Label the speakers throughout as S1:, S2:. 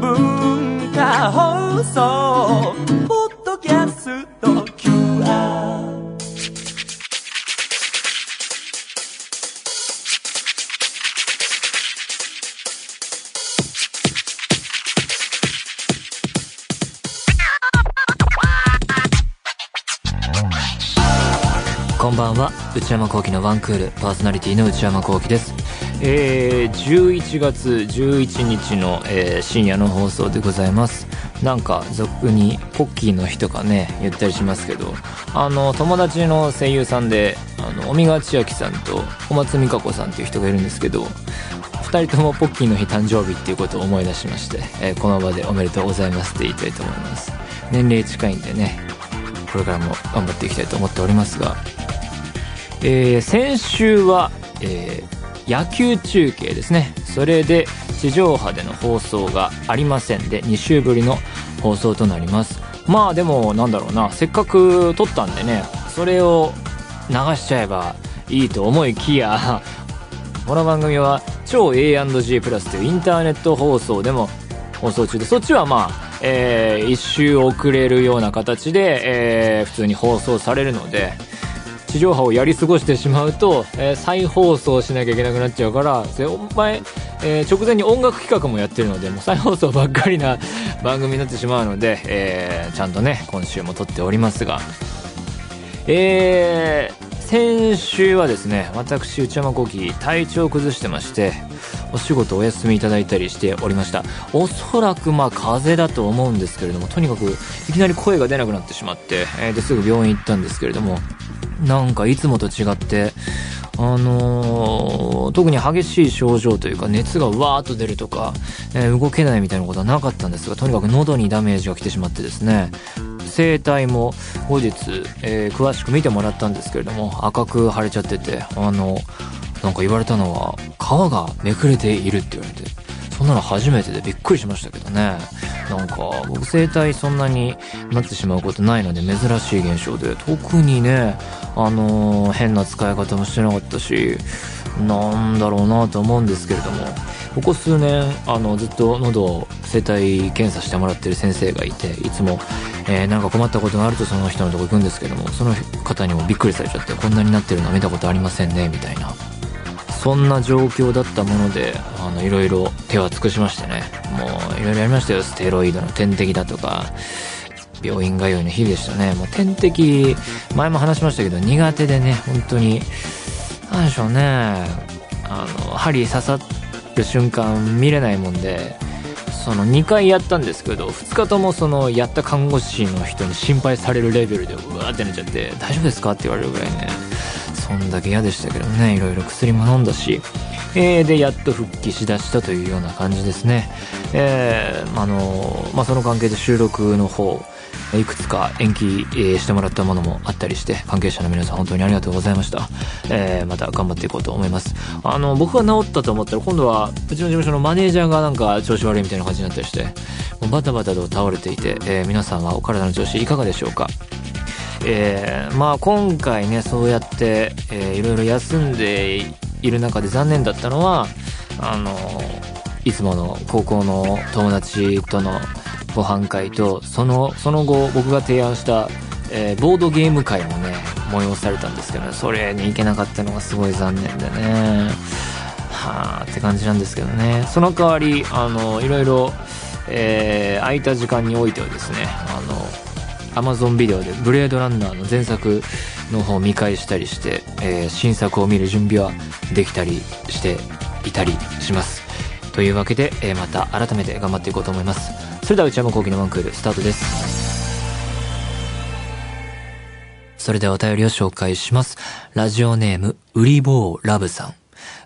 S1: 文化放送ポッドキャスト QR
S2: こんばんは内山聖輝のワンクールパーソナリティの内山聖輝ですえー、11月11日の、えー深夜の放送でございますなんか俗にポッキーの日とかね言ったりしますけどあの友達の声優さんであの尾身川千秋さんと小松美香子さんっていう人がいるんですけど2人ともポッキーの日誕生日っていうことを思い出しまして、えーこの場でおめでとうございますって言いたいと思います年齢近いんでねこれからも頑張っていきたいと思っておりますがえー先週は、えー野球中継ですねそれで地上波での放送がありませんで2週ぶりの放送となりますまあでもなんだろうなせっかく撮ったんでねそれを流しちゃえばいいと思いきや この番組は超 A&G プラスというインターネット放送でも放送中でそっちはまあ、え1周遅れるような形で、えー普通に放送されるので地上波をやり過ごしてしまうと、えー再放送しなきゃいけなくなっちゃうからでお前、えー直前に音楽企画もやってるのでもう再放送ばっかりな番組になってしまうので、えーちゃんとね今週も撮っておりますが、えー先週はですね私内山聖輝体調を崩してましてお仕事お休みいただいたりしておりましたおそらくまあ風邪だと思うんですけれどもとにかくいきなり声が出なくなってしまって、えーですぐ病院行ったんですけれどもなんかいつもと違って、あのー特に激しい症状というか熱がわーっと出るとか、えー動けないみたいなことはなかったんですがとにかく喉にダメージが来てしまってですね声帯も後日、えー詳しく見てもらったんですけれども赤く腫れちゃっててあのなんか言われたのは皮がめくれているって言われてそんなの初めてでびっくりしましたけどねなんか僕声帯そんなになってしまうことないので珍しい現象で特にねあのー変な使い方もしてなかったしなんだろうなと思うんですけれどもここ数年あのずっと喉を声帯検査してもらってる先生がいていつも、えーなんか困ったことがあるとその人のとこ行くんですけどもその方にもびっくりされちゃってこんなになってるの見たことありませんねみたいなそんな状況だったものであのいろいろ手は尽くしましてねもういろいろやりましたよステロイドの点滴だとか病院通いの日々でしたねもう点滴前も話しましたけど苦手でね本当に何でしょうねあの針刺さる瞬間見れないもんでその2回やったんですけど2日ともそのやった看護師の人に心配されるレベルでうわーってなっちゃって「大丈夫ですか?」って言われるぐらいねそんだけ嫌でしたけどねいろいろ薬も飲んだし、えーでやっと復帰しだしたというような感じですねえーあのまあその関係で収録の方いくつか延期、えーしてもらったものもあったりして関係者の皆さん本当にありがとうございました、えーまた頑張っていこうと思いますあの僕が治ったと思ったら今度はうちの事務所のマネージャーがなんか調子悪いみたいな感じになったりしてもうバタバタと倒れていて、えー皆さんはお体の調子いかがでしょうかえーまあ今回ねそうやって、えーいろいろ休んでいる中で残念だったのはあのいつもの高校の友達とのご飯会とそのその後僕が提案した、えーボードゲーム会もね催されたんですけど、ね、それに行けなかったのがすごい残念でねはあって感じなんですけどねその代わりあのいろいろ、えー空いた時間においてはですねあの Amazon ビデオで「ブレードランナー」の前作の方を見返したりして、えー新作を見る準備はできたりしていたりしますというわけで、えーまた改めて頑張っていこうと思いますそれでは内山聖輝のワンクールスタートですそれではお便りを紹介しますラジオネームうりぼうラブさん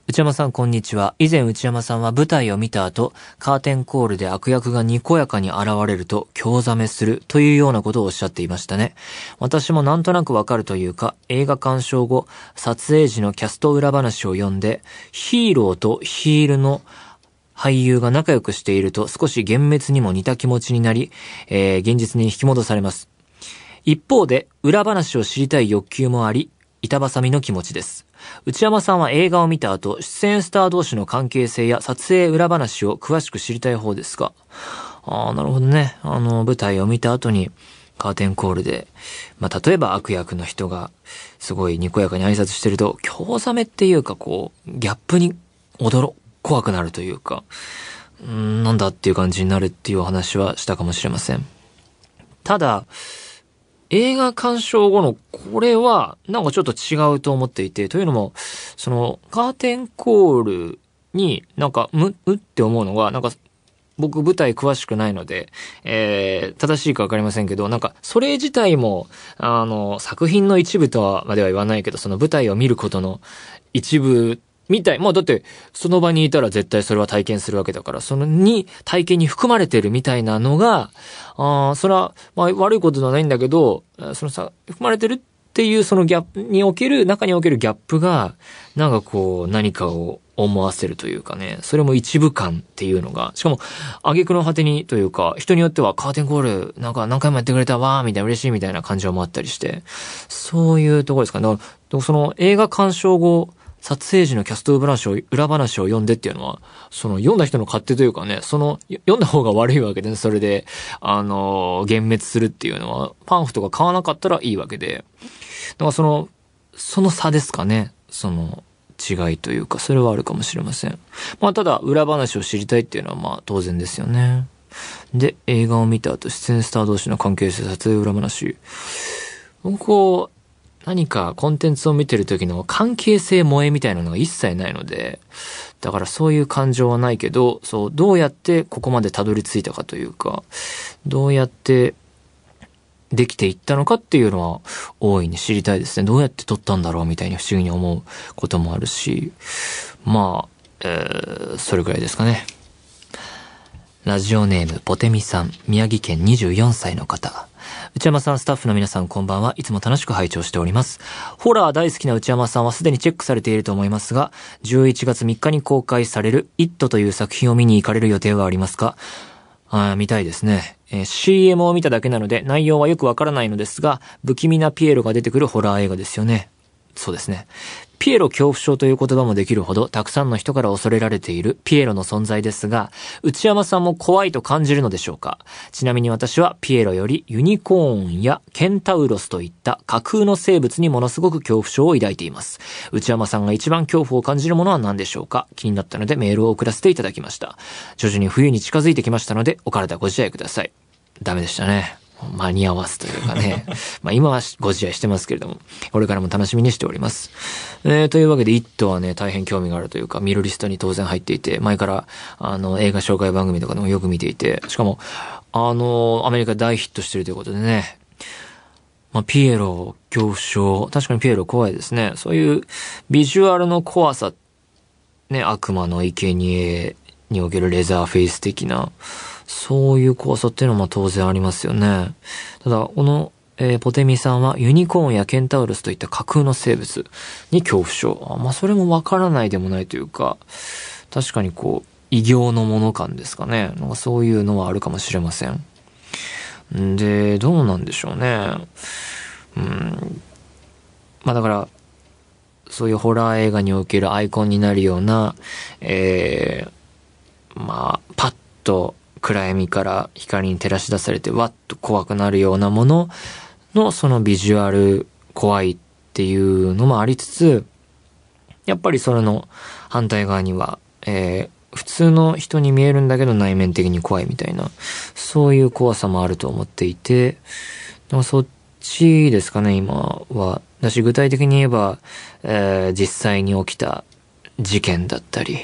S2: 内山さんこんにちは。以前内山さんは舞台を見た後、カーテンコールで悪役がにこやかに現れると興ざめするというようなことをおっしゃっていましたね。私もなんとなくわかるというか、映画鑑賞後、撮影時のキャスト裏話を読んで、ヒーローとヒールの俳優が仲良くしていると少し幻滅にも似た気持ちになり、えー現実に引き戻されます。一方で、裏話を知りたい欲求もあり、板挟みの気持ちです。内山さんは映画を見た後、出演スター同士の関係性や撮影裏話を詳しく知りたい方ですが、ああ、なるほどね。あの、舞台を見た後に、カーテンコールで、まあ、例えば悪役の人が、すごいにこやかに挨拶してると、興ざめっていうか、こう、ギャップに驚、怖くなるというか、うーんなんだっていう感じになるっていうお話はしたかもしれません。ただ、映画鑑賞後のこれは、なんかちょっと違うと思っていて、というのも、その、カーテンコールになんか、む、うって思うのが、なんか、僕舞台詳しくないので、えー、正しいかわかりませんけど、なんか、それ自体も、あの、作品の一部とはまでは言わないけど、その舞台を見ることの一部みたい。まあだって、その場にいたら絶対それは体験するわけだから、そのに、体験に含まれてるみたいなのが、ああ、それは、まあ悪いことではないんだけど、えーそのさ、含まれてるっていうそのギャップにおける、中におけるギャップが、なんかこう、何かを思わせるというかね、それも一部感っていうのが、しかも、挙句の果てにというか、人によってはカーテンコール、なんか何回もやってくれたわー、みたいな嬉しいみたいな感情もあったりして、そういうところですかね。だからでもその映画鑑賞後、撮影時のキャスト裏話を、裏話を読んでっていうのは、その読んだ人の勝手というかね、そのよ読んだ方が悪いわけで、それで、あの、幻滅するっていうのは、パンフとか買わなかったらいいわけで。だからその、その差ですかね。その違いというか、それはあるかもしれません。まあただ、裏話を知りたいっていうのはまあ当然ですよね。で、映画を見た後、出演スター同士の関係性、撮影裏話。僕こう、何かコンテンツを見てる時の関係性萌えみたいなのが一切ないので、だからそういう感情はないけど、そう、どうやってここまでたどり着いたかというか、どうやってできていったのかっていうのは大いに知りたいですね。どうやって撮ったんだろうみたいに不思議に思うこともあるし、まあ、えーそれくらいですかね。ラジオネーム、ポテミさん、宮城県24歳の方。内山さん、スタッフの皆さん、こんばんは。いつも楽しく拝聴しております。ホラー大好きな内山さんはすでにチェックされていると思いますが、11月3日に公開される、イットという作品を見に行かれる予定はありますかあー見たいですね。えー CM を見ただけなので内容はよくわからないのですが、不気味なピエロが出てくるホラー映画ですよね。そうですね。ピエロ恐怖症という言葉もできるほど、たくさんの人から恐れられているピエロの存在ですが、内山さんも怖いと感じるのでしょうかちなみに私はピエロよりユニコーンやケンタウロスといった架空の生物にものすごく恐怖症を抱いています。内山さんが一番恐怖を感じるものは何でしょうか気になったのでメールを送らせていただきました。徐々に冬に近づいてきましたので、お体ご自愛ください。ダメでしたね。間に合わすというかね。 まあ今はご自愛してますけれども、これからも楽しみにしております。えーというわけで、イットはね、大変興味があるというか、見るリストに当然入っていて、前から、あの、映画紹介番組とかでもよく見ていて、しかも、あの、アメリカ大ヒットしてるということでね、まあ、ピエロ、恐怖症、確かにピエロ怖いですね。そういうビジュアルの怖さ、ね、悪魔の生贄におけるレザーフェイス的な、そういう怖さっていうのも当然ありますよね。ただ、この、えーポテミさんはユニコーンやケンタウルスといった架空の生物に恐怖症。あまあ、それもわからないでもないというか、確かにこう、異形のもの感ですかね。なんかそういうのはあるかもしれません。んで、どうなんでしょうね。うん。まあだから、そういうホラー映画におけるアイコンになるような、えー、まあ、パッと暗闇から光に照らし出されて、わっと怖くなるようなものの、そのビジュアル、怖いっていうのもありつつ、やっぱりそれの反対側には、えー普通の人に見えるんだけど内面的に怖いみたいな、そういう怖さもあると思っていて、でもそっちですかね、今は。だし、具体的に言えば、えー実際に起きた事件だったり、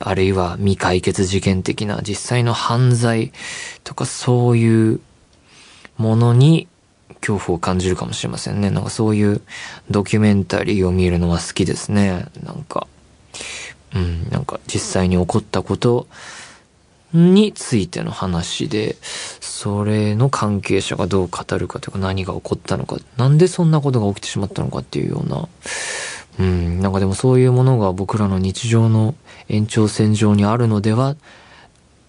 S2: あるいは未解決事件的な実際の犯罪とかそういうものに恐怖を感じるかもしれませんね。なんかそういうドキュメンタリーを見るのは好きですね。なんか、うん、なんか実際に起こったことについての話で、それの関係者がどう語るかというか何が起こったのか、なんでそんなことが起きてしまったのかっていうような、うん、なんかでもそういうものが僕らの日常の延長線上にあるのではっ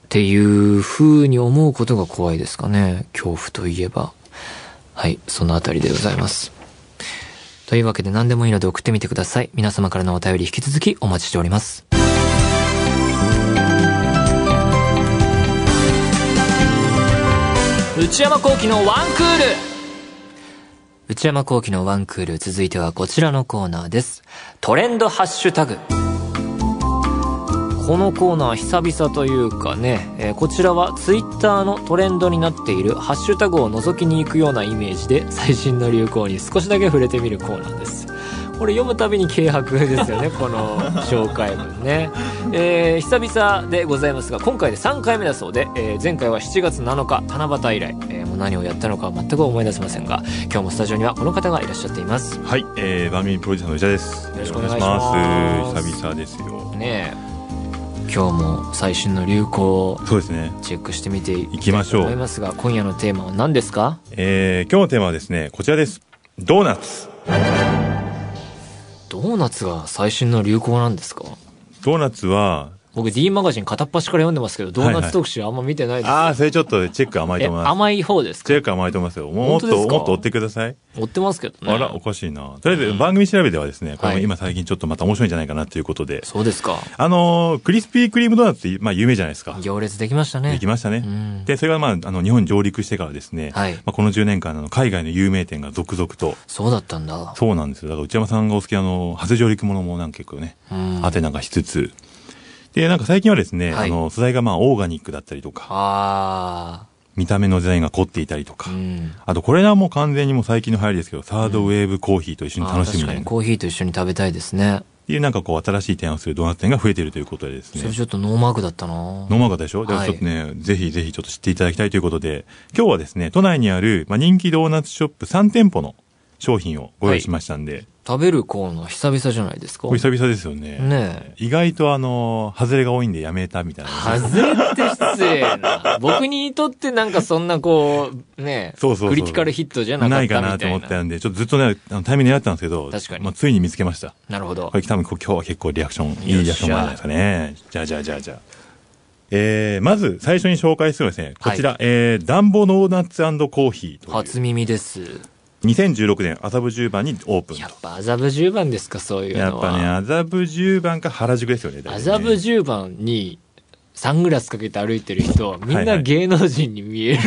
S2: ていう風に思うことが怖いですかね。恐怖といえば。はい、そのあたりでございます。というわけで何でもいいので送ってみてください。皆様からのお便り引き続きお待ちしております。内山幸喜のワンクール内山幸喜のワンクール続いてはこちらのコーナーです。トレンドハッシュタグ。このコーナー久々というかね、えーこちらはツイッターのトレンドになっているハッシュタグを覗きに行くようなイメージで最新の流行に少しだけ触れてみるコーナーです。これ読むたびに軽薄ですよね、この紹介文ね。えー久々でございますが、今回で3回目だそうで、えー前回は7月7日、七夕以来、えーもう何をやったのかは全く思い出せませんが、今日もスタジオにはこの方がいらっしゃっています。
S3: はい、えー、番組プロデューサーの内田です。
S2: よろしくお願いします
S3: 久々ですよ。
S2: ねえ今日も最新の流行を
S3: そうですね。
S2: チェックしてみてい
S3: 行きましょ。
S2: 思いうますが今夜のテーマは何ですか
S3: えー、今日のテーマはですね、こちらです。ドーナツ。
S2: ドーナツが最新の流行なんですか
S3: ドーナツは、
S2: 僕 D マガジン片っ端から読んでますけどドーナツ特集あんま見てないです、
S3: あー、それちょっとチェック甘いと思い
S2: え
S3: ます。
S2: 甘い方です
S3: チ
S2: か
S3: ェック甘いと思いますよ。もうも
S2: 本
S3: っ
S2: 当です
S3: と、
S2: か
S3: もっと追ってください。
S2: 追ってますけどね
S3: あら、おかしいな。とりあえず番組調べではですね、これ
S2: は
S3: も
S2: い
S3: 今最近ちょっとまた面白いんじゃないかなということで。
S2: そうですか
S3: あのー、クリスピークリームドーナツって、まあ有名じゃないですか。
S2: 行列できましたね
S3: できましたね。
S2: うん
S3: で、それがまあ、あの、日本に上陸してからですね、
S2: はい
S3: まあ、この10年間、あの、海外の有名店が続々と、
S2: そうだったんだ
S3: そうなんですよ。だから内山さんがお好きなあの、初上陸ものもなんか結構ね、
S2: うん
S3: あてなんかしつつ。で、なんか最近はですね、
S2: はい
S3: あの、素材がまあ、オーガニックだったりとか、
S2: あ
S3: 見た目のデザインが凝っていたりとか
S2: ーう、ん
S3: あとこれはもう完全にもう最近の流行りですけど、サードウェーブコーヒーと一緒に
S2: あー
S3: 楽し
S2: 確
S3: みた
S2: か
S3: いな、
S2: に
S3: っ
S2: コーヒーと一緒に食べたいですね
S3: ていうなんかこう、新しい提案をするドーナツ店が増えているということでです
S2: それ
S3: ね。
S2: ちょっとノーマークだったな
S3: ノーマーカーでしょ、だか
S2: は
S3: ら
S2: い
S3: ちょっとね、ぜひぜひちょっと知っていただきたいということで、今日はですね、都内にある、まあ、人気ドーナツショップ3店舗の商品をご用意しましたんで、
S2: 食べるコーナー久々じゃないですか
S3: これ久々ですよね。
S2: ねえ
S3: 意外とあの、外れが多いんでやめたみたいな。
S2: 外れって失礼な。僕にとってなんかそんなこう、ね、
S3: そうそうそう
S2: クリティカルヒットじゃなかった
S3: ない
S2: みた
S3: か
S2: いな。
S3: なと思ったんで、ちょっとずっとね、あのタイミング狙ってたんですけど、
S2: 確かに
S3: まあ、ついに見つけました。
S2: なるほど
S3: こ。れ多分こう今日は結構リアクション、
S2: よ
S3: い
S2: っしゃ
S3: いリアクションもあるんじゃないですかね。じゃあじゃあじゃあじゃあ。えー、まず最初に紹介するのはですね、こちら、えー、暖房のドーナツコーヒーと
S2: 初
S3: いう。
S2: 耳です。
S3: 2016年麻布十番にオープンと
S2: や。っぱ麻布十番ですか、そういう
S3: や
S2: の
S3: っ
S2: は。
S3: ぱね、麻布十番か原宿ですよね。大体ね
S2: 麻布十番にサングラスかけて歩いてる人はみん
S3: はいは
S2: ない芸能人に 見える。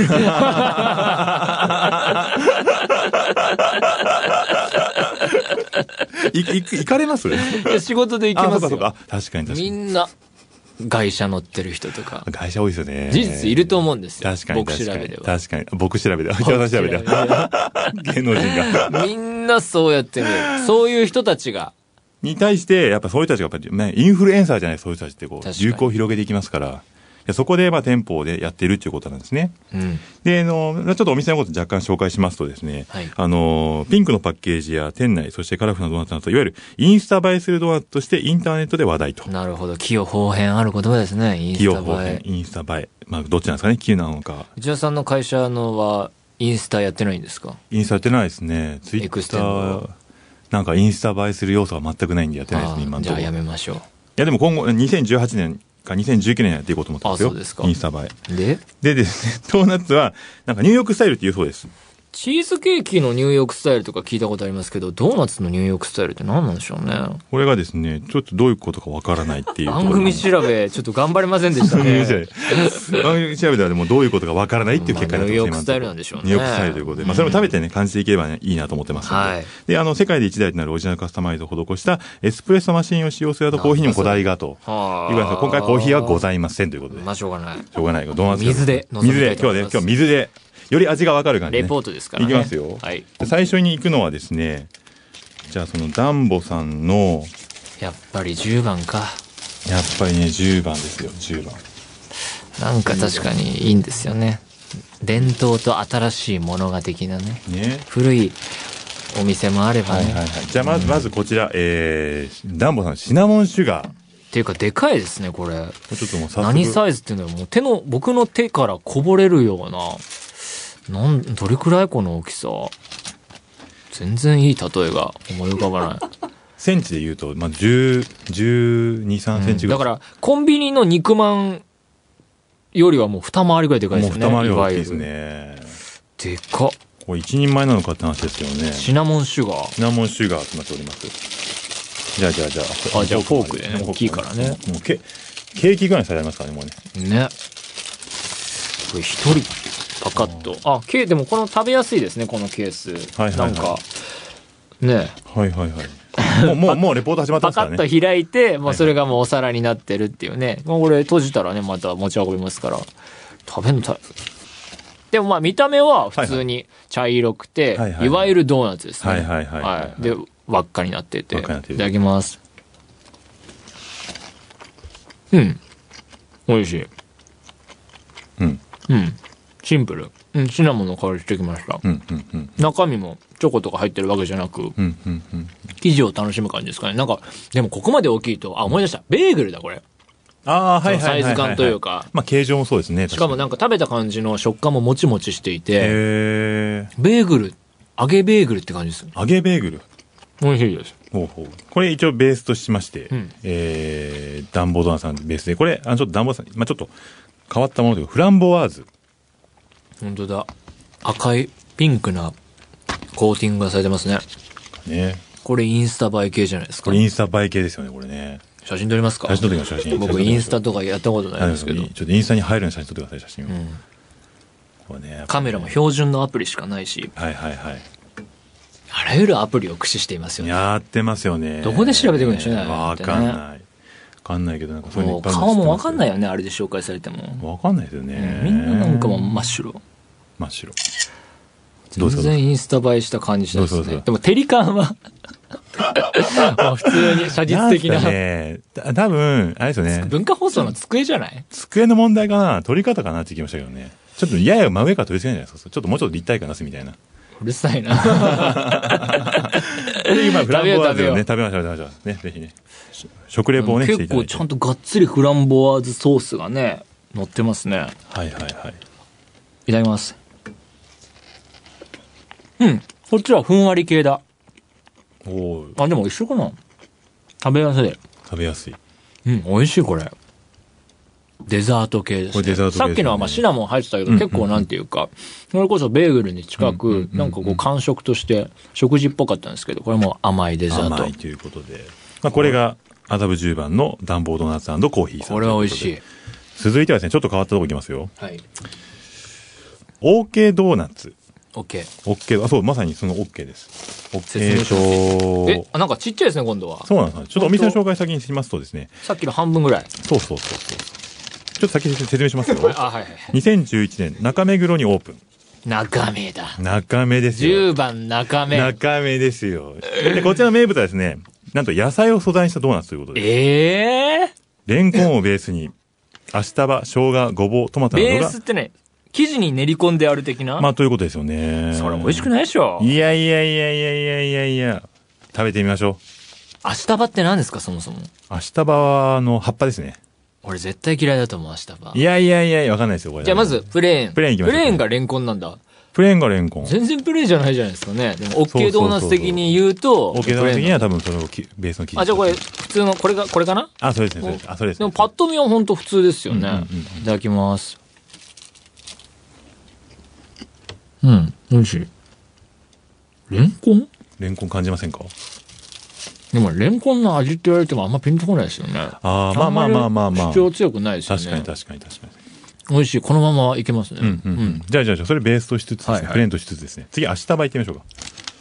S3: いい行か れます
S2: 仕事で行き
S3: あ、そ
S2: ま
S3: うか
S2: す
S3: そうか。
S2: よ。
S3: あ確かに確か
S2: み
S3: に。
S2: んな外車乗ってる人とか。
S3: 会社多いですよね。
S2: 事実いると思うんですよ。
S3: 確かに
S2: 僕
S3: 確
S2: 調
S3: か
S2: べ
S3: に。
S2: では。
S3: 確かに。僕調べでは。内山さん調べでは。 芸能人が。
S2: みんなそうやって見える。そういう人たちが。
S3: に対して、やっぱそういう人たちが、やっぱりね、インフルエンサーじゃない、そういう人たちってこう、
S2: 確かに
S3: 流行を広げていきますから、いやそこで、まあ、店舗でやってるっていうことなんですね。
S2: うん。
S3: で、あの、ちょっとお店のこと若干紹介しますとですね、
S2: はい
S3: あの、ピンクのパッケージや店内、そしてカラフルなドーナツなど、いわゆるインスタ映えするドーナツとしてインターネットで話題と。
S2: なるほど。器用方変ある言葉ですね。イン
S3: 企業
S2: ス
S3: 方
S2: タ映
S3: 面
S2: え、。
S3: インスタ映え。まあ、どっちなんですかね、企業なのか。
S2: 内田さんの会社のは、インスタやってないんですか
S3: インスタやってないですね。ツイ
S2: エク
S3: ッ
S2: ステ
S3: タ
S2: ン
S3: ー
S2: ド、
S3: なんかインスタ映えする要素は全くないんでやってないですね、今
S2: あ
S3: の
S2: じ
S3: と
S2: ゃあ
S3: ころ。
S2: や
S3: い
S2: めましょ
S3: や、でも今後、2018年か2019年やっていこうと思ってますよ。
S2: あそうですか
S3: インスタ映え。
S2: う。で、
S3: でですね、ド ーナツは、なんかニューヨークスタイルっていうそうです。
S2: チーズケーキのニューヨークスタイルとか聞いたことありますけど、ドーナツのニューヨークスタイルって何なんでしょうね。
S3: これがですね、ちょっとどういうことかわからないっていうところ
S2: 番組 調べ、ちょっと頑張れませんでした
S3: 番組
S2: ね。
S3: 調べ。 番組調べではでもどういうことかわからないっていう結果
S2: まあ
S3: になってます
S2: ニューヨークスタイルなんでしょうね
S3: ニューヨークスタイルということで、まあそれも食べてね、感じていければね、いいなと思ってますので。
S2: はい
S3: で、あの、世界で一台となるオリジナルカスタマイズを施したエスプレッソマシンを使用するとコーヒーにもこだわりがと。
S2: はあ
S3: いうことで今回コーヒーはございませんということで。
S2: まあしょうがない。
S3: しょうがないよ。ドーナツ
S2: 水で臨み
S3: 水
S2: た
S3: で
S2: い、と
S3: 今日
S2: 思
S3: ね
S2: い、
S3: 今
S2: ます
S3: 日水で、より味がわかる感じ、ね。
S2: レポートですからね。
S3: いきますよ。
S2: はい。
S3: で最初に行くのはですね、じゃあそのダンボさんの、
S2: やっぱり10番か。
S3: やっぱりね、10番ですよ、10番。
S2: なんか確かにいいんですよね。伝統と新しいものが的なね。
S3: ね。
S2: 古いお店もあれば
S3: はい
S2: ね。
S3: はいはい。じゃあまず、まずこちら、えー、ダンボさん、シナモンシュガー。
S2: っていうかでかいですねこれ
S3: ちょっともう早速
S2: 何サイズっていうのはもう手の僕の手からこぼれるようななんどれくらいこの大きさ全然いい例えが思い浮かば ない
S3: センチで言うと、まあ、10、12、3センチぐら
S2: だ
S3: い。
S2: からコンビニの肉まんよりはもう二回りぐらいでかいで
S3: も
S2: す
S3: う
S2: よ
S3: 二
S2: ね
S3: 回り大きいです
S2: いわ
S3: ね。
S2: ゆるでかっ
S3: これ一人前なのかって話ですけどね。シ
S2: シナモンシュガー。
S3: ナモンシュガーとなっております。じゃあじゃあじゃあ。
S2: あじゃあフォークでね大きいからね。
S3: もうケケーキぐらいされますからね、もうね。
S2: ね。これ一人パカッと。あ、ケーでもこの食べやすいですね、このケース。
S3: はいはいはい
S2: なんか、ね。
S3: はいはい はい。もう、もう、もうレポート始まって
S2: パ
S3: ますか
S2: カ
S3: ら
S2: ッ
S3: ね。
S2: と開いて、もうそれがもうお皿になってるっていうね。もうこれ閉じたらね、また持ち運びますから。食べんのたでもまあ見た目は普通に茶色くて、
S3: はい
S2: い
S3: はい
S2: わゆるドーナツですね。
S3: はいはいはいはい
S2: はいで、輪っかになってて。
S3: 輪
S2: い
S3: っかになってる
S2: ただきます。うん。美味しい。
S3: うん。
S2: うん。シンプル。うん、シナモンの香りしてきました。
S3: うんうんうん。
S2: 中身もチョコとか入ってるわけじゃなく、
S3: うんうんうん。
S2: 生地を楽しむ感じですかね。なんか、でもここまで大きいと、あ、思い出した。ベーグルだ、これ。
S3: ああ、はいはいはいはい、
S2: そのサイズ感というか
S3: まあ、形状もそうですね。
S2: しかも
S3: な
S2: なんか食べた感じの食感ももちもちしていて、
S3: え
S2: ベーグル、揚げベーグルって感じです。
S3: ー、揚げベーグル。
S2: 美味しいです。
S3: ほうほう。これ一応ベースとしまして、
S2: ん
S3: えー、ダンボドナさんのベースで、これ、あの、ちょっとダンボドナさん、まあ、ちょっと変わったものというか、フランボワーズ。
S2: 本当だ。赤い、ピンクなコーティングがされてますね。
S3: ね。
S2: これインスタ映え系じゃないですか
S3: これ。インスタ映え系ですよね、これね。
S2: 写真撮りますか
S3: 写真撮ってきます写真
S2: 僕インスタとかやったことないんですけど
S3: あの。ちょっとインスタに入るように写真撮ってください、写真を。
S2: ん
S3: これね。やっぱ
S2: カメラも標準のアプリしかないし、
S3: はいはいはい。
S2: あらゆるアプリを駆使していますよね。
S3: やってますよね。
S2: どこで調べてくるんでしょうね
S3: わかんない。わかんないけど、なんかそういうの
S2: も
S3: いうっぱいある
S2: 顔もわかんないいよね、あれで紹介されても。
S3: よ。わかんないですよね。
S2: みんななんかもう真っ白。
S3: 真っ白。
S2: 全
S3: どうですか
S2: 然インスタ映えした感じしないです
S3: どうです
S2: ね。
S3: か
S2: でも、照り感は まあ普通に写実的
S3: んすか
S2: な。
S3: ね。た多分、あれですよね。
S2: 文化放送の机じゃない
S3: 机の問題かな取り方かなって気ましたけどね。ちょっとやや真上から取り付けないじゃないですか。ちょっともうちょっと立体感出すみたいな。
S2: うるさいな。
S3: で、今、フランボワーズをね、
S2: 食
S3: 食べましょう、食べましょう。ね、ぜひね。し食レポをね、して
S2: 結
S3: いただ
S2: 構
S3: いて。
S2: ちゃんとがっつりフランボワーズソースがね、乗ってますね。
S3: はいはいはい。
S2: いただきます。うん。こっちはふんわり系だ。
S3: おおー
S2: あ、でも一緒かな食べやすい。
S3: 食べやすい。
S2: うん、美味しい、これ。デザート系です、ね。
S3: これデザート系ですね
S2: さっきのはまあシナモン入ってたけど、結構なんていうか、それこそベーグルに近く、なんかこう感触として食事っぽかったんですけど、これも甘いデザー
S3: 甘
S2: ト
S3: い。ということで。まあ、これが、麻布10番の暖房ドーナツコーヒーさん。
S2: これは美味しい。。
S3: 続いてはですね、ちょっと変わったとこいきますよ。
S2: はい。
S3: OK ドーナツ。
S2: OK。
S3: OK、あ、そう、まさにその OK です。
S2: 説明します
S3: え
S2: え
S3: ー、と
S2: あ、なんかちっちゃいですね、今度は。
S3: そうなんですよちょっとお店の紹介先にしますとですね、
S2: さっきの半分ぐらい。
S3: そうそうそうそう。ちょっと先に説明しますよ。
S2: あ、はいはい。
S3: 2011年、中目黒にオープン。
S2: 中目だ。
S3: 中目ですよ。
S2: 10番中目。
S3: 中目ですよ。で、こちらの名物はですね、なんと野菜を素材にしたドーナツということで、
S2: ええ
S3: レンコンをベースに、足束、生姜、ごぼう、トマトなど
S2: ベー
S3: が
S2: スっ、てね、生地に練り込んである的 な。
S3: まあということですよね。
S2: それ美味しくないでしょ。
S3: いやいやいやいやいやいやいや。食べてみましょ
S2: 明日場って何ですか、そもそも。
S3: う。明日葉の葉っぱですね。
S2: 俺絶対嫌いだと思う、明日場
S3: い。やいやいやいや、わかんないですよ、これ。
S2: じゃあまず、、プレーン。
S3: プレーンいきましょう
S2: プレーンがレンコンなんだ。
S3: プレーンがレンコン。
S2: 全然プレーンじゃないじゃないですかね。でも、オッ
S3: そうそ
S2: ケ
S3: う
S2: ー
S3: そう
S2: ドーナツ的に言うと、
S3: オーケードーナツ
S2: プレ
S3: 的
S2: ーン
S3: に
S2: の
S3: は多分それをきベースの生地。
S2: あ、じゃあこれ、普通の、これが、これかな
S3: あ、そうですね、そうです。あ、そうです、
S2: で
S3: ね。
S2: も、パッと見は本当普通ですよね。
S3: うんうんうん
S2: いただきます。うん、美味しい。レンコン
S3: レンコン感じませんか
S2: でも、レンコンの味って言われてもあんまピンとこないですよね。
S3: あーまあまあまあまあまあ
S2: んり主張強くないですよね。
S3: 確かに確かに確かに。
S2: 美味しい。このままいけますね。
S3: うんうんうん。じゃあじゃあじゃあ、それベースとしつつですね、
S2: はいはい
S3: プレーンとしつつですね。次、明日葉行ってみましょうか。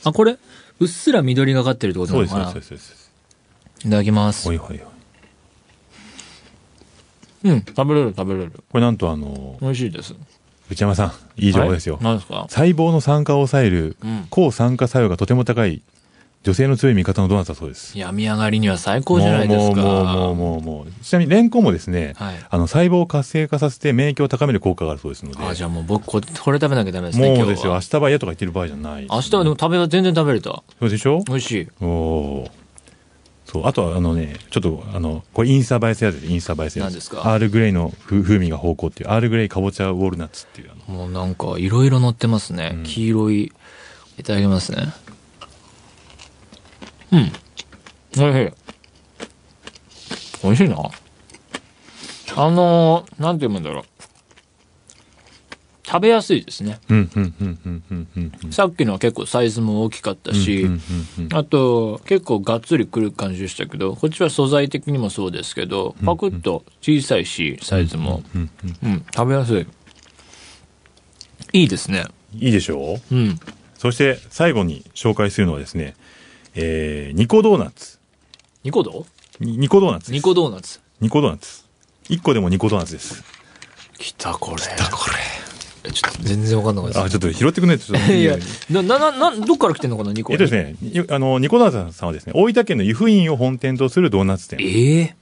S2: あ、これ、うっすら緑がかってるってこと
S3: そ
S2: なの
S3: うです、
S2: か
S3: そう
S2: な
S3: です、そうですそうです。
S2: いただきます
S3: ほ。いほいほい。
S2: うん、食べれる食べれる。
S3: これなんとあの、
S2: 美味しいです。
S3: 内山さん、いい情報ですよ。
S2: 何ですか
S3: 細胞の酸化を抑える
S2: うん
S3: 抗酸化作用がとても高い女性の強い味方のドーナツだそうです。
S2: 病み上がりには最高じゃないですか。
S3: もうもうもうもうもうもう。ちなみにレンコンもですね、
S2: はい
S3: あの細胞を活性化させて免疫を高める効果があるそうですので。
S2: あ、じゃあもう僕こ、これ食べなきゃダメですね、今日
S3: も
S2: は。
S3: うですよ、明日ばやとか言ってる場合じゃない、
S2: 明日はでも食べは全然食べれた。
S3: そうでしょ
S2: 美味しい。
S3: おおー。そう、あとはあのね、ちょっとあの、これインスタ映えするやつですインスタ映えするやつ。
S2: 何ですか
S3: アールグレイの風風味が芳香っていう、アールグレイかぼちゃウォールナッツっていう、あの、
S2: もうなんか、いろいろ乗ってますね。黄色い。いただきますね。うん。美味しい。美味しいな。あのー、なんて読むんだろう。食べやすいですね。
S3: うんうんうんうんうんうんうん
S2: さっきのは結構サイズも大きかったし、
S3: うんうん
S2: あと結構がっつりくる感じでしたけど、こっちは素材的にもそうですけど、パクッと小さいし、サイズも。
S3: うんうん
S2: うん、食べやすい。いいですね。
S3: いいでしょう
S2: うん。
S3: そして最後に紹介するのはですね、えー、ニコドーナツ。
S2: ニコ動
S3: にニコドーナツです。
S2: ニコドーナツ。
S3: ニコドーナツ。1個でもニコドーナツです。
S2: 来たこれ。来たこれ。ちょっと全然わかんなかった
S3: あ、
S2: で
S3: ちょっと拾ってくんないとちょっと。
S2: す。いや、な、な、な、どっから来てんのかな、ニコ
S3: えっとですね、ゆあの、ニコドーナツさんはですね、大分県の湯布院を本店とするドーナツ店。
S2: ええ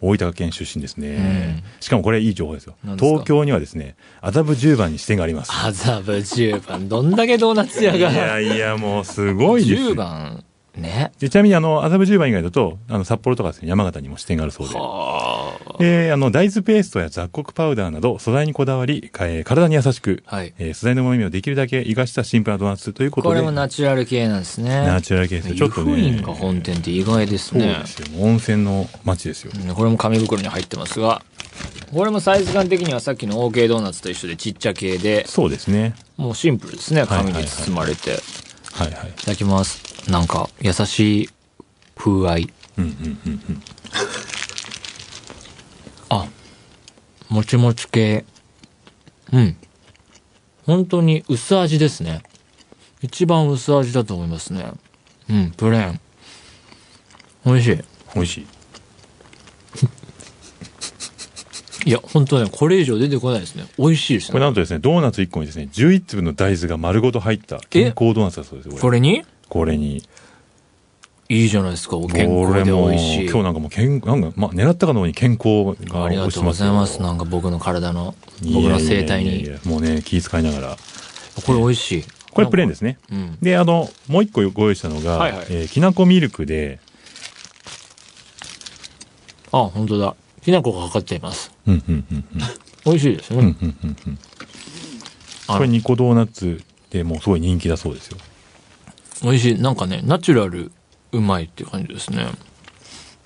S3: 大分県出身ですね。しかもこれいい情報ですよ。
S2: 何ですか
S3: 東京にはですね、麻布十番に支店があります。
S2: 麻布10番。どんだけドーナツ屋
S3: い
S2: が。
S3: やいや、もうすごいですよ
S2: 10番ね。
S3: でちなみに、あの、麻布十番以外だと、あの、札幌とかですね、山形にも支店があるそうで。
S2: はあ。
S3: で、あの、大豆ペーストや雑穀パウダーなど、素材にこだわり、かえー体に優しく、
S2: はい
S3: えー素材の旨味をできるだけ生かしたシンプルなドーナツということ
S2: こ
S3: で。
S2: れもナチュラル系なんですね。
S3: ナチュラル系ですよちょっとね
S2: 湯布院が本店って意外です
S3: そう
S2: ね
S3: で。すよ。温泉の街ですよ。
S2: うんこれも紙袋に入ってますが、これもサイズ感的にはさっきの OK ドーナツと一緒でちっちゃ系で、
S3: そうですね。
S2: もうシンプルですね。
S3: はいはい
S2: 紙に包まれて。い
S3: はいはい。
S2: ただきます。なんか、優しい風合い。
S3: うんうんうんうん。
S2: あ、もちもち系。うん。本当に薄味ですね。一番薄味だと思いますね。うん、プレーン。美味しい。
S3: 美味しい。
S2: いや、本当ね、これ以上出てこないですね。美味しいです
S3: これ
S2: ね。
S3: なんとですね、ドーナツ1個にですね、11粒の大豆が丸ごと入った健康ドーナツだそうですよ、
S2: こ
S3: これ。
S2: れに
S3: これに。
S2: いいじゃないですか。お
S3: こ
S2: 健康
S3: れ
S2: で
S3: も、
S2: 美味しい
S3: 今。日なんかもう健、なんか、まあ、狙ったかのように健康が
S2: ありが
S3: 押
S2: と
S3: し
S2: うご
S3: ます
S2: ざい
S3: よ
S2: ます。なんか僕の体の、僕の生態
S3: いやいやいやい
S2: に。
S3: や。もうね、気遣いながら。
S2: これ美味しい。。
S3: これプレーンですすね。
S2: うん。
S3: で、あの、もう一個ご用意したのが、
S2: はいはい
S3: えーきなこミルクで、
S2: あ、本当だ。きな粉がかかっています。
S3: うんうんうん
S2: 美味しいですね。
S3: うんうんうんうんうん。
S2: あの
S3: これニコドーナツでもうすごい人気だそうですよ。
S2: 美味しいなんかねナチュラルうまいっていう感じですね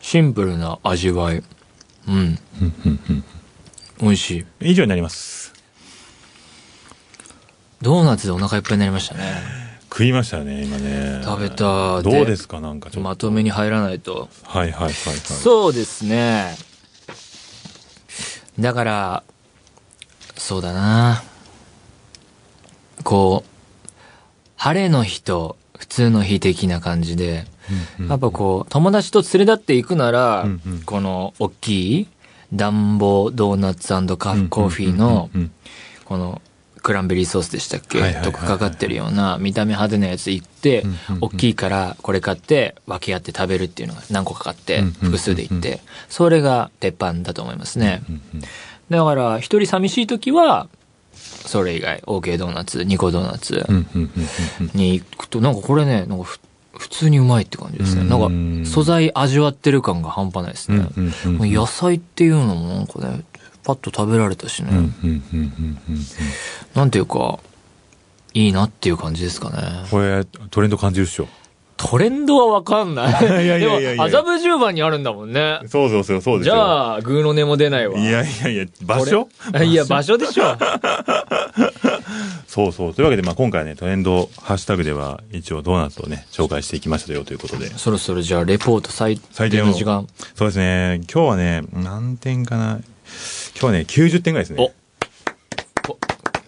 S2: シンプルな味わいうん美味しい
S3: 以上になります。
S2: ドーナツでお腹いっぱいになりましたね
S3: 食いましたね、今ね。
S2: 食べた
S3: どうですかなんかちょっと。
S2: まとめに入らないと
S3: はいはいはいはい。
S2: そうですねだからそうだなこう晴れの日と普通の日的な感じで
S3: うんうん
S2: やっぱこう、友達と連れ立っていくなら、
S3: うんうん
S2: この大きい暖房ドーナツカフコーヒーの
S3: う、んうん
S2: このクランベリーソースでしたっけ、
S3: はいはいはいはい
S2: とかかかってるような見た目派手なやつ行って、
S3: うんうんうん
S2: 大きいからこれ買って分け合って食べるっていうのが何個か買って、
S3: うんうんうんうん
S2: 複数で行って、それが鉄板だと思いますね。
S3: うんうん
S2: だから、一人寂しい時は、それ以外、OK ドーナツ、ニコドーナツ、
S3: うんうんうんうんうん
S2: に行くと、なんかこれね、なんかふ普通にうまいって感じですね。
S3: うん
S2: なんか素材味わってる感が半端ないですね。
S3: うんうんうんうん
S2: もう野菜っていうのもなんかね、パッと食べられたしね、
S3: うんうんうんうんうん
S2: なんていうか、いいなっていう感じですかね。
S3: これ、トレンド感じるっしょ。
S2: トレンドはわかんない。
S3: いやいやいやいや
S2: でも、麻布十番にあるんだもんね。
S3: そうそうそう、そうです
S2: じ
S3: よ。
S2: ゃあ、グーの音も出ないわ。
S3: いやいやいや、場所
S2: こ れいや、場所でしょ。
S3: そうそう。というわけで、まあ、今回ね、トレンドハッシュタグでは、一応ドーナツをね、紹介していきましたよということで。
S2: そろそろじゃあ、レポート最
S3: 最低
S2: 低
S3: の
S2: の時間。
S3: そうですね。今日はね、何点かな。今日はね、90点ぐらいですね。
S2: おお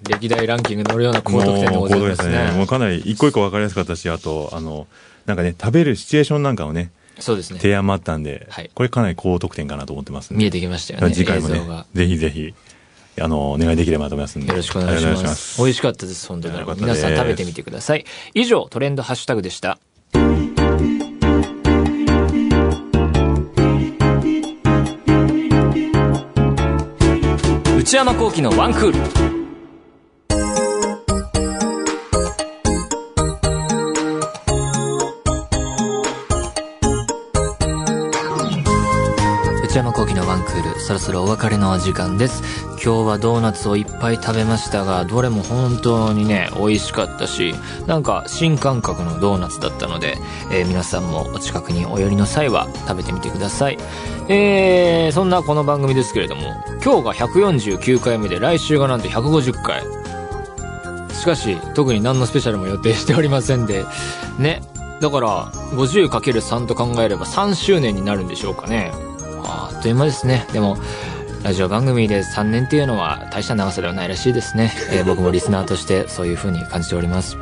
S2: 歴代ランキング乗るような高得点で
S3: も
S2: ご
S3: う
S2: ざい
S3: 高
S2: ま
S3: 得
S2: す
S3: 点で
S2: ね。
S3: もうかなり一個一個分かりやすかったし、あと、あの、なんかね、食べるシチュエーションなんかをね、
S2: そうですね。
S3: 提案もあったんで、
S2: はい
S3: これかなり高得点かなと思ってますね
S2: 見えてきましたよね。
S3: 次回も
S2: 映
S3: ね
S2: 像が、
S3: ぜひぜひ、あの、お願いできればと思いますんで。
S2: よろしくお願いし
S3: お
S2: ま
S3: 願
S2: す。
S3: いします。
S2: 美味しかったです、本当
S3: よかっ
S2: に。
S3: たで
S2: 皆
S3: す
S2: さん食べてみてください。以上、トレンドハッシュタグでした。内山幸輝のワンクール。内山幸喜のワンクールそろそろお別れのお時間です今日はドーナツをいっぱい食べましたがどれも本当にね美味しかったしなんか新感覚のドーナツだったので、えー皆さんもお近くにお寄りの際は食べてみてくださいえー、そんなこの番組ですけれども今日が149回目で来週がなんと150回しかし特に何のスペシャルも予定しておりませんでねだから 50×3 と考えれば3周年になるんでしょうかねああっという間ですねでもラジオ番組で3年っていうのは大した長さではないらしいですね、えー僕もリスナーとしてそういう風に感じております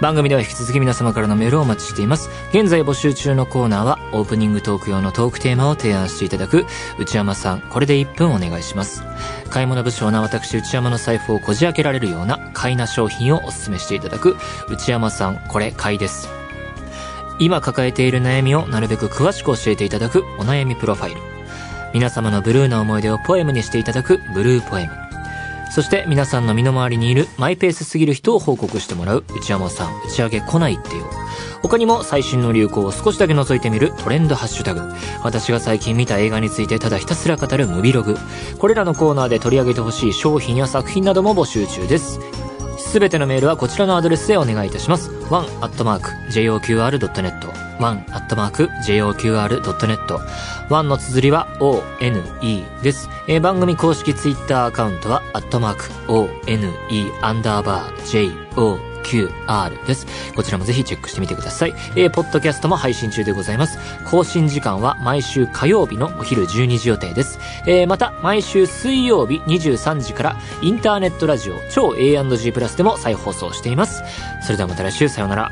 S2: 番組では引き続き皆様からのメールをお待ちしています現在募集中のコーナーはオープニングトーク用のトークテーマを提案していただく内山さんこれで1分お願いします買い物不詳な私内山の財布をこじ開けられるような買いな商品をお勧めしていただく内山さんこれ買いです今抱えている悩みをなるべく詳しく教えていただくお悩みプロファイル皆様のブルーな思い出をポエムにしていただくブルーポエムそして皆さんの身の回りにいるマイペースすぎる人を報告してもらう内山さん打ち上げ来ないってよ他にも最新の流行を少しだけ覗いてみるトレンドハッシュタグ私が最近見た映画についてただひたすら語るムビログこれらのコーナーで取り上げてほしい商品や作品なども募集中ですすべてのメールはこちらのアドレスでお願いいたします。one.joqr.net one.joqr.net one の綴りは one です。えー番組公式ツイッターアカウントは、アットマーク one アンダーバー joqr QR です。こちらもぜひチェックしてみてください。えー、ポッドキャストも配信中でございます。更新時間は毎週火曜日のお昼12時予定です。えー、また、毎週水曜日23時から、インターネットラジオ超 A&G プラスでも再放送しています。それではまた来週、さようなら。